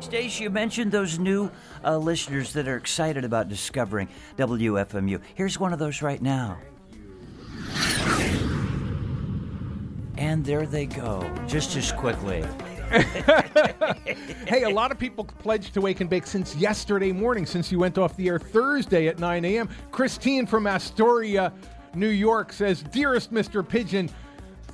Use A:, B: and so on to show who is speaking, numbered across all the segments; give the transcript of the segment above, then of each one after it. A: Stace, you mentioned those new uh, listeners that are excited about discovering WFMU. Here's one of those right now. And there they go, just as quickly.
B: hey, a lot of people pledged to Wake and Bake since yesterday morning, since you went off the air Thursday at 9 a.m. Christine from Astoria, New York says, Dearest Mr. Pigeon,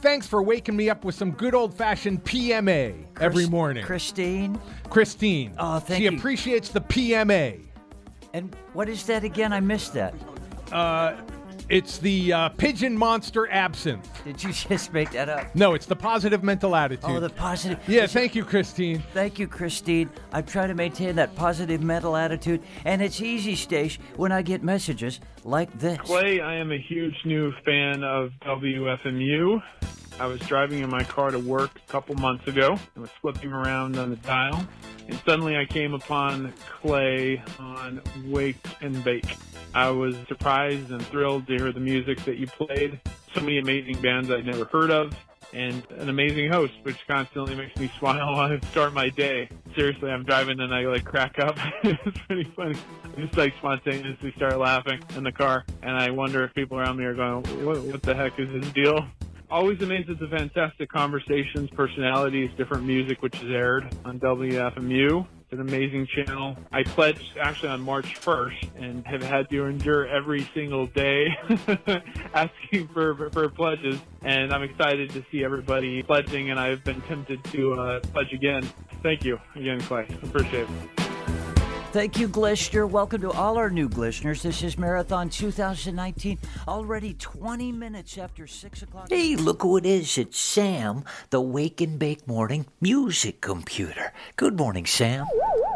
B: thanks for waking me up with some good old fashioned PMA Chris- every morning.
A: Christine?
B: Christine.
A: Oh, thank
B: she
A: you.
B: She appreciates the PMA.
A: And what is that again? I missed that.
B: Uh, it's the uh, pigeon monster absinthe.
A: Did you just make that up?
B: No, it's the positive mental attitude.
A: Oh, the positive.
B: Yeah, thank you, Christine.
A: Thank you, Christine. I try to maintain that positive mental attitude, and it's easy, Stash, when I get messages like this.
C: Clay, I am a huge new fan of WFMU. I was driving in my car to work a couple months ago and was flipping around on the dial, and suddenly I came upon Clay on Wake and Bake. I was surprised and thrilled to hear the music that you played. So many amazing bands I'd never heard of, and an amazing host, which constantly makes me smile when I start my day. Seriously, I'm driving and I like crack up. it's pretty funny. I just like spontaneously start laughing in the car, and I wonder if people around me are going, "What, what the heck is this deal?" always amazed at the fantastic conversations, personalities, different music which is aired on WFMU. It's an amazing channel. I pledged actually on March 1st and have had to endure every single day asking for, for, for, pledges. And I'm excited to see everybody pledging, and I've been tempted to uh, pledge again. Thank you again, Clay. Appreciate it.
A: Thank you, Glister. Welcome to all our new listeners. This is Marathon 2019, already 20 minutes after 6 o'clock.
D: Hey, look who it is. It's Sam, the Wake and Bake Morning Music Computer. Good morning, Sam.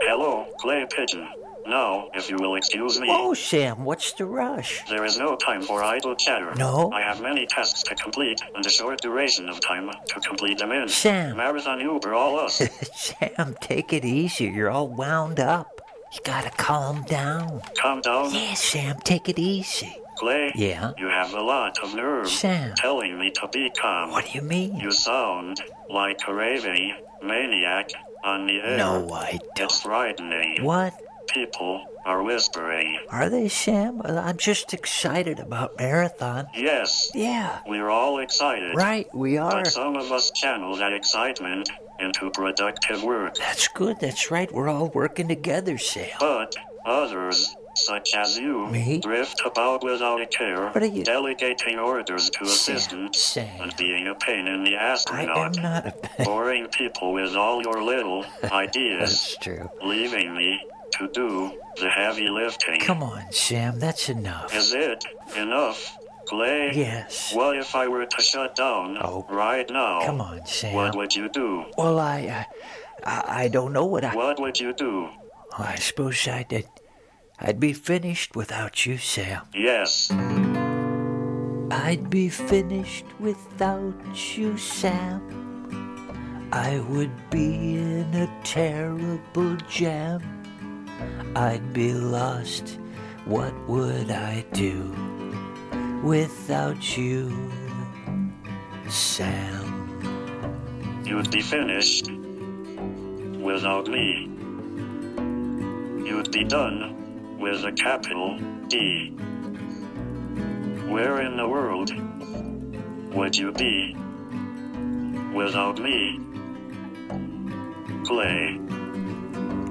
E: Hello, Clay Pigeon. Now, if you will excuse me.
D: Oh, Sam, what's the rush?
E: There is no time for idle chatter.
D: No?
E: I have many tasks to complete and a short duration of time to complete them in.
D: Sam.
E: Marathon Uber, all us.
D: Sam, take it easy. You're all wound up. You gotta calm down.
E: Calm down?
D: Yeah, Sam, take it easy.
E: Clay?
D: Yeah?
E: You have a lot of nerve.
D: Sam?
E: Telling me to be calm.
D: What do you mean?
E: You sound like a raving maniac on the air.
D: No, I don't.
E: It's frightening.
D: What?
E: People are whispering.
D: Are they, Sam? I'm just excited about Marathon.
E: Yes.
D: Yeah.
E: We're all excited.
D: Right, we are.
E: But some of us channel that excitement into productive work.
D: That's good, that's right. We're all working together, Sam.
E: But others, such as you,
D: Me?
E: drift about without a care,
D: what are you?
E: delegating orders to Sam, assistants,
D: Sam.
E: and being a pain in the ass.
D: I am not a pain.
E: Boring people with all your little ideas.
D: that's true.
E: Leaving me to do the heavy lifting.
D: Come on, Sam, that's enough.
E: Is it enough? Clay?
D: Yes.
E: What if I were to shut down
D: oh.
E: right now?
D: Come on, Sam.
E: What would you do?
D: Well, I, I, I don't know what I.
E: What would you do?
D: Well, Oh, I suppose I'd, I'd, I'd be finished without you, Sam.
E: Yes.
D: I'd be finished without you, Sam. I would be in a terrible jam. I'd be lost. What would I do without you, Sam?
E: You'd be finished without me. You'd be done with a capital D. Where in the world would you be without me? Clay.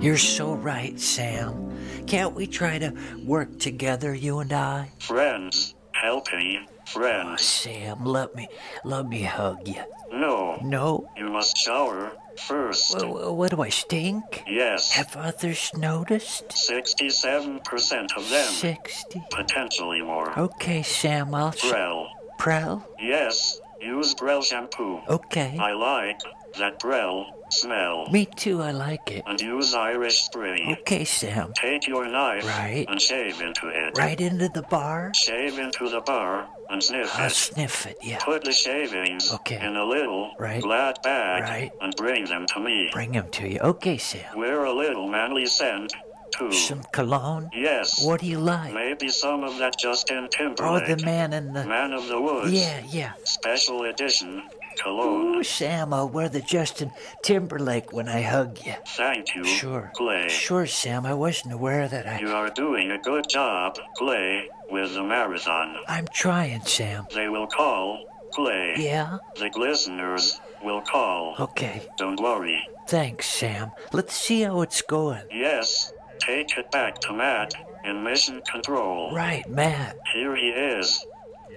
D: You're so right, Sam. Can't we try to work together, you and I?
E: Friends, helping, friends.
D: Sam, let me, let me hug you.
E: No,
D: No?
E: you must shower first.
D: Wh- wh- What do I stink?
E: Yes,
D: Have others noticed?
E: 67% of them,
D: 60.
E: potentially more.
D: Okay, Sam, I'll sh-
E: Brel.
D: Prel?
E: Yes, use Brel shampoo.
D: Okay.
E: I like that Brel smell.
D: Me too, I like it.
E: And use Irish spray.
D: Okay, Sam.
E: Take your knife
D: Right.
E: and shave into it.
D: Right into the bar?
E: Shave into the bar and sniff
D: I'll
E: it.
D: sniff it, yeah.
E: Put the shavings
D: Ah, Okay.
E: in a little
D: Right.
E: black bag
D: Right.
E: and bring them to me.
D: Bring him to you. Okay, Sam.
E: Wear a little manly scent, too.
D: Some cologne?
E: yes.
D: What do you like?
E: Maybe some of that Justin
D: Oh,
E: Timberlake.
D: the man in the.
E: Man of the Woods.
D: Yeah, yeah.
E: Special edition cologne.
D: Ooh, Sam, I'll wear the Justin Timberlake when I hug you.
E: Thank you,
D: Sure.
E: Clay.
D: Sure, Sam. I wasn't aware that
E: You
D: I.
E: are doing a good job, Clay, with the marathon.
D: I'm trying, Sam.
E: They will call, Clay.
D: Yeah? Oh.
E: The listeners will call.
D: Okay.
E: Don't worry.
D: Thanks, Sam. Let's see how it's going.
E: Yes, take it back to Matt in mission control.
D: Right, Matt.
E: Here he is.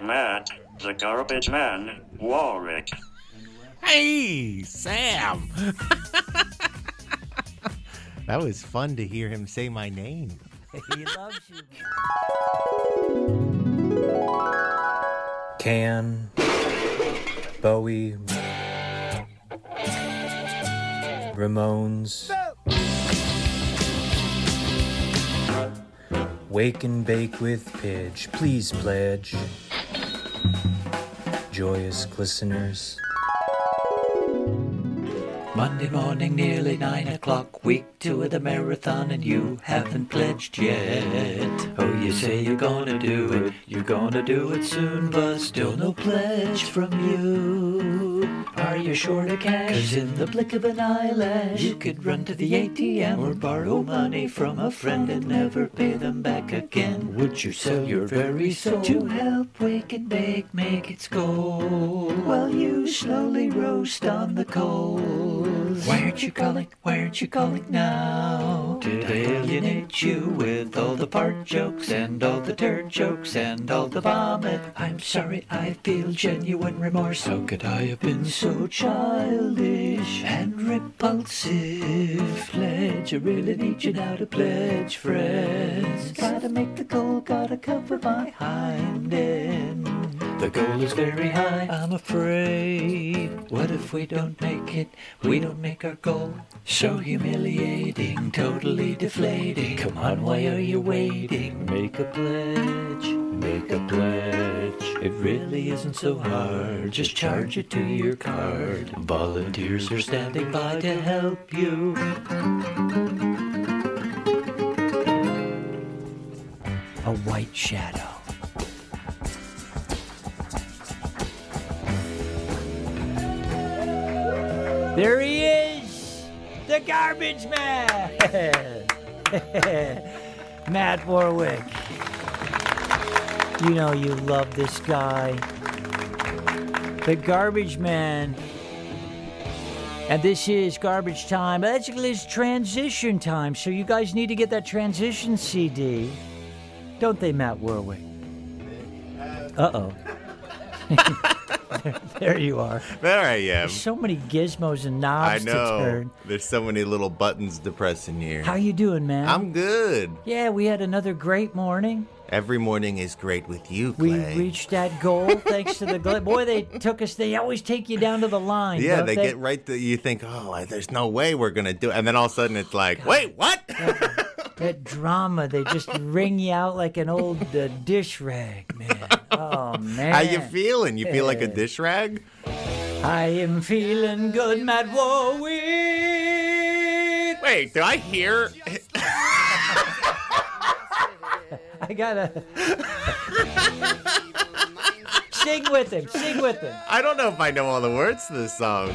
E: Matt, the garbage man, Warwick.
F: Hey, Sam. that was fun to hear him say my name.
A: He loves you.
G: Can Bowie Ramones Wake and bake with Pidge, please pledge. Joyous listeners.
D: Monday morning, nearly nine o'clock, week two of the marathon, and you haven't pledged yet. Oh, you say you're gonna do it, you're gonna do it soon, but still no pledge from you. Are you short of cash? Cause in the blink of an eyelash, you could run to the ATM or borrow money from a friend and never pay them back again. Would you sell your very soul to help wake and bake make its goal while you slowly roast on the coals? Why aren't you calling? Why aren't you calling now? To alienate you with all the fart jokes and all the turd jokes and all the vomit. I'm sorry, I feel genuine remorse. How could I have been so childish and repulsive? Pledge, I really need you now to pledge, friends. Gotta make the goal, gotta cover my hind end. The goal is very high, I'm afraid. What if we don't make it? We don't make our goal. So humiliating, totally deflating. Come on, why are you waiting? Make a pledge, make a pledge. It really isn't so hard, just charge it to your card. Volunteers are standing by to help you. A white shadow.
A: There he is, the garbage man, Matt Warwick. You know you love this guy, the garbage man. And this is garbage time. Basically, it's transition time. So you guys need to get that transition CD, don't they, Matt Warwick? Uh oh. there you are.
F: There I am.
A: There's so many gizmos and
F: I
A: knobs to
F: know.
A: turn.
F: There's so many little buttons to press in here.
A: How you doing, man?
F: I'm good.
A: yeah, we had another great morning.
F: Every morning is great with you,
A: We
F: Clay.
A: reached that goal thanks to the gl- boy. They took us. They always take you down to the line.
F: yeah,
A: don't
F: they,
A: they
F: get right to you. Think, oh, I- there's no way we're gonna do it, and then all of a sudden it's like, wait, what?
A: that drama. They just wring you out like an old uh, dish rag, man. Oh man,
F: How you feeling? You feel like a dish rag?
A: I am feeling good, Matt Warwick.
F: Wait, do I hear?
A: I gotta sing with him. Sing with him.
F: I don't know if I know all the words to this song.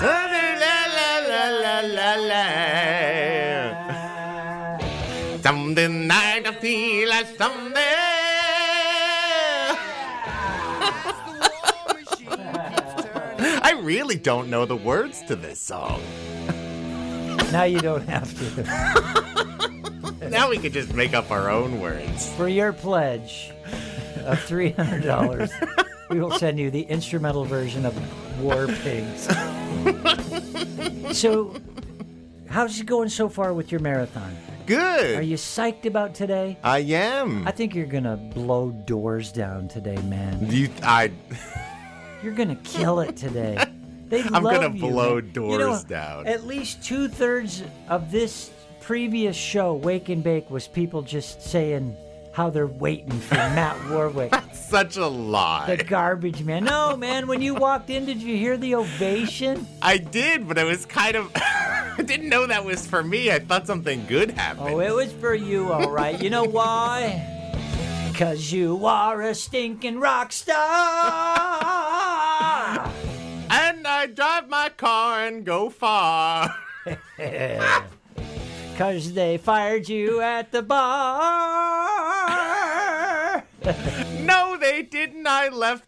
F: La, la, la, la, la, la.
A: Ah,
F: Someday night I feel like someday. I really don't know the words to this song.
D: Now you don't have to.
F: Now we could just make up our own words.
D: For your pledge of $300, we will send you the instrumental version of War Pigs. so, how's it going so far with your marathon? Are
F: Good.
D: you psyched about today?
F: I am.
D: I think you're gonna blow doors down today, man.
F: You, I,
D: You're gonna kill it today. They
F: I'm
D: love
F: gonna
D: you,
F: blow
D: man. You know,
F: doors down.
D: At least two thirds of this previous show, Wake and Bake, was people just saying how they're waiting for Matt Warwick,
F: such a
D: the
F: lie.
D: garbage man. No, man, when you walked in, did you hear the ovation?
F: I did, but I was kind of. I didn't know that was for me. I thought something good happened.
D: Oh, it was for you, all right. You know why? Because you are a stinking rock star.
F: and I drive my car and go far.
D: Cause they fired you at the bar.
F: no, they didn't. I left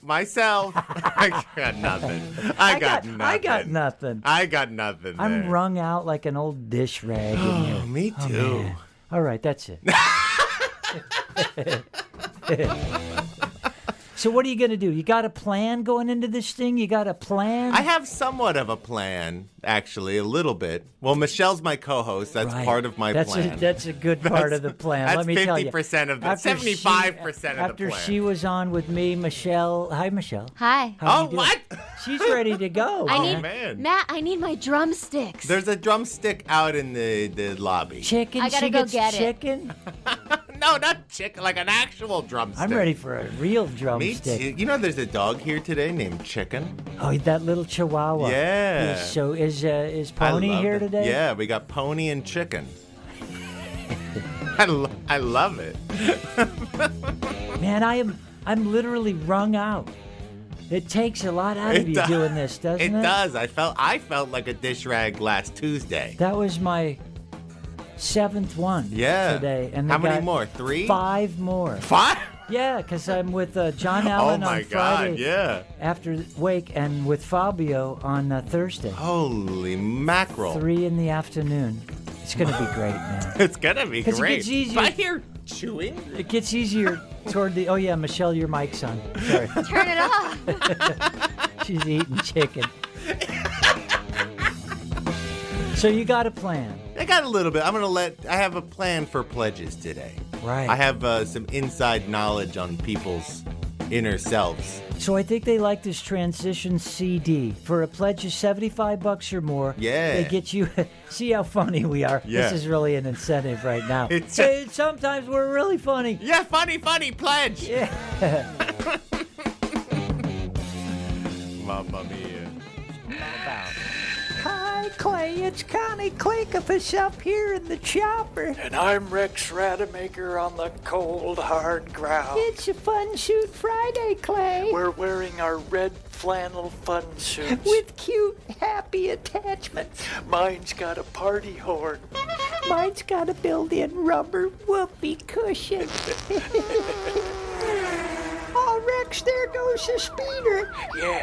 F: myself. I got nothing. I, got, nothing.
D: I got nothing.
F: I got nothing.
D: I'm
F: there.
D: wrung out like an old dish rag in here.
F: Oh, me too.
D: All right, that's it. so what are you gonna do? You got a plan going into this thing? You got a plan?
F: I have somewhat of a plan, actually, a little bit. Well, Michelle's my co-host. That's
D: Right.
F: part of my
D: that's
F: plan.
D: A, that's a good part
F: That's-
D: of the plan.
F: that's
D: Let me tell you.
F: 50% of the-
D: After she-
F: 75% of the
D: After
F: plan.
D: she was on with me, Michelle. Hi, Michelle.
H: Hi.
D: How you
F: oh,
D: doing?
F: what?
D: She's ready to go.
H: I
F: Oh,
H: need
F: man.
H: Matt. I need my drumsticks.
F: There's a drumstick out in the, the lobby.
D: chicken.
H: I gotta
D: she
H: go
D: gets
H: get it.
D: chicken.
F: No, not chick. Like an actual drumstick.
D: I'm ready for a real
F: Me
D: drumstick.
F: too. You know, there's a dog here today named Chicken.
D: Oh, that little Chihuahua.
F: Yeah.
D: Is- so is uh, is
F: I
D: Pony
F: love
D: here
F: it.
D: today?
F: Yeah, we got Pony and Chicken. I, lo- I love it.
D: Man, I am I'm literally wrung out. It takes a lot out of
F: It
D: you
F: does.
D: doing this, doesn't it?
F: It does. I felt I felt like a dish rag last Tuesday.
D: That was my seventh one.
F: Yeah.
D: Today, and
F: How
D: they
F: many
D: got
F: more? Three?
D: Five more.
F: Five?
D: Yeah, because I'm with uh, John
F: Oh
D: Allen
F: my
D: on
F: god,
D: Friday
F: yeah.
D: after Wake, and with Fabio on uh, Thursday,
F: Holy mackerel.
D: three in the afternoon. It's gonna be great, man.
F: It's gonna be
D: 'Cause it
F: great.
D: gets easier.
F: But I hear chewing.
D: It gets easier toward the. Oh yeah, Michelle, your mic's on. Sorry,
H: Turn it off.
D: she's eating chicken. so you got a plan,
F: I got a little bit. I'm gonna let. I have a plan for pledges today.
D: right?
F: I have uh, some inside knowledge on people's inner selves.
D: So I think they like this transition CD for a pledge of seventy-five bucks or more.
F: Yeah.
D: they get you. see how funny we are.
F: Yeah.
D: This is really an incentive right now.
F: It's-
D: Hey, sometimes we're really funny.
F: Yeah, funny, funny pledge.
D: Yeah.
F: Mamma mia.
D: Hi, Clay. It's Connie Clakeopus up here in the chopper.
C: And I'm Rex Rademacher on the cold, hard ground.
D: It's a fun shoot Friday, Clay.
C: We're wearing our red flannel fun suits.
D: with cute, happy attachments.
C: Mine's got a party horn.
D: Mine's got a built-in rubber whoopee cushion. oh, Rex, there goes the speeder.
C: Yes,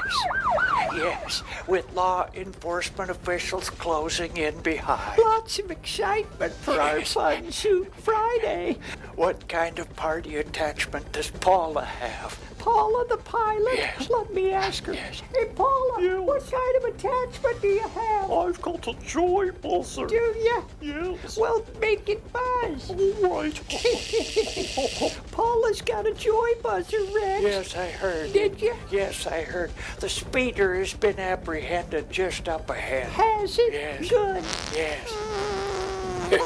C: yes, with law enforcement officials closing in behind.
D: Lots of excitement for our fun shoot Friday.
C: What kind of party attachment does Paula have?
D: Paula the pilot,
C: Yes.
D: let me ask her.
C: Yes.
D: Hey, Paula, what kind of attachment do you have?
C: I've got a joy pulser.
D: Do you?
C: Yes.
D: Well, make it buzz.
C: All right.
D: Paula's got a joy buzzer, Rex.
C: yes, I heard.
D: Did you?
C: Yes, I heard. The speeder has been apprehended just up ahead.
D: Has it?
C: Yes.
D: Good.
C: Yes.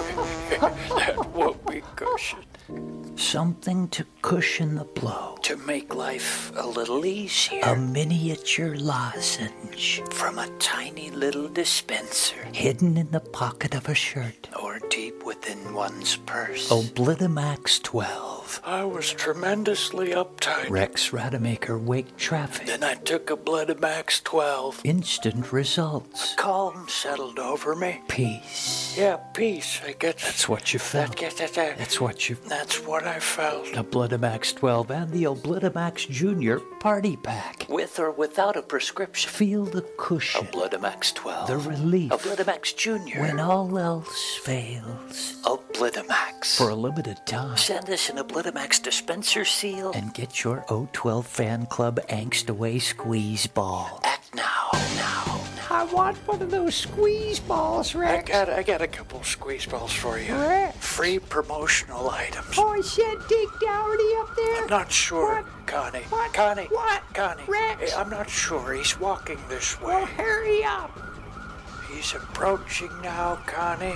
C: that would be cushion. Something to cushion the blow.
I: To make life a little easier.
C: A miniature lozenge
I: From a tiny little dispenser
C: hidden in the pocket of a shirt.
I: or deep within one's purse.
C: Oblitimax 12.
I: I was tremendously uptight.
C: Rex Rademacher Wake Traffic.
I: Then I took a Bloodamax 12.
C: Instant results.
I: Calm settled over me.
C: Peace.
J: Yeah, peace. I guess
D: That's what you
J: that,
D: felt.
J: get that, that-
D: That's what you.
J: That's what I felt.
D: Oblitamax 12 and the Oblitamax Junior Party Pack.
J: With or without a prescription.
D: Feel the cushion,
J: Oblitamax 12.
D: the relief.
J: Oblitamax Jr.
D: When all else fails,
J: Oblitamax.
D: for a limited time,
J: Send us an Oblitamax dispenser seal.
D: and get your O12 Fan Club Angst Away Squeeze Ball.
J: act now. Now. now.
D: I want one of those squeeze balls,
J: I
D: Rex.
J: got, I got a couple squeeze balls for you.
D: Rex.
J: Free promotional items.
D: Oh, is that Dick Dougherty up there?
J: I'm not sure, Connie.
D: What?
J: Connie.
D: What?
J: Connie.
D: Rex?
J: Eh, I'm not sure. He's walking this
D: Oh,
J: way.
D: hurry up.
J: He's approaching now, Connie.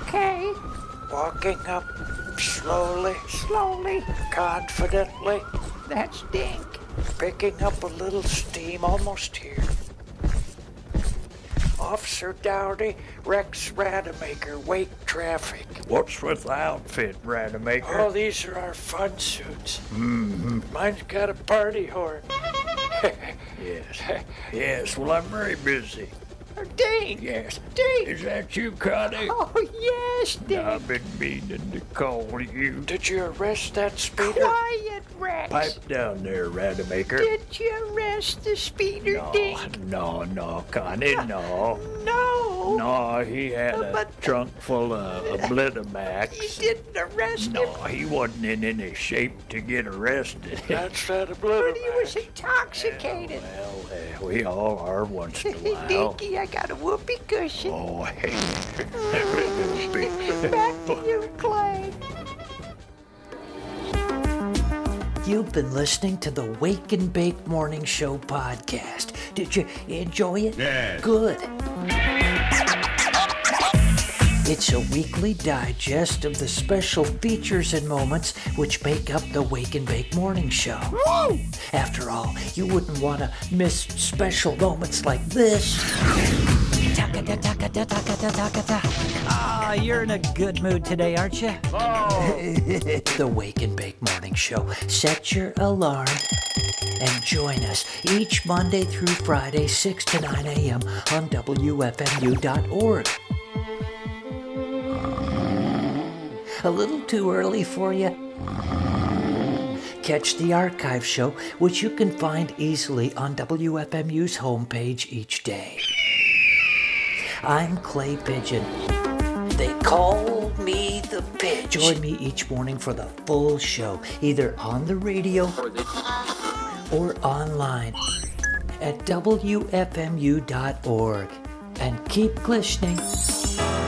D: Okay,
J: Walking up slowly,
D: slowly.
J: confidently,
D: That's Dink.
J: picking up a little steam almost here. Officer Dowdy, Rex Rademacher, wake traffic.
H: What's with the outfit, Rademacher?
J: Oh, these are our fun suits. Mine's got a party horn.
H: Yes. Yes, well, I'm very busy. Oh,
D: Dink!
H: Yes.
D: Dink!
H: Is that you, Connie?
D: Oh, yes, Dink.
H: I've been meaning to call you.
J: Did you arrest that speeder?
D: Quiet, Rex.
H: Pipe down there, Rademacher.
D: Did you arrest the speeder,
H: no,
D: Dink?
H: no, no, Connie, no.
D: No.
H: No, Uh, he had a
D: But-
H: trunk full of
D: You
H: Oblitamax.
D: didn't arrest
H: No,
D: him.
H: he wasn't in any shape to get arrested.
J: That's that
D: But he was
J: obliterated.
D: intoxicated.
H: well, eh, we all are once in a
D: Hey,
H: while.
D: Dinky, I got a whoopee cushion.
H: Oh, hey.
D: Back to you, Clay. You've been listening to the Wake and Bake Morning Show podcast. Did you enjoy it?
F: Yes.
D: Good. It's a weekly digest of the special features and moments which make up the Wake and Bake Morning Show. After all, you wouldn't want to miss special moments like this. Ah, you're in a good mood today, aren't you? the Wake and Bake Morning Show. Set your alarm and join us each Monday through Friday, 6 to 9 a.m. on WFMU.org. A little too early for you? Catch the archive show, which you can find easily on WFMU's homepage each day. I'm Clay Pigeon.
J: They call me the bitch.
D: Join me each morning for the full show, either on the radio or online at WFMU.org. And keep listening.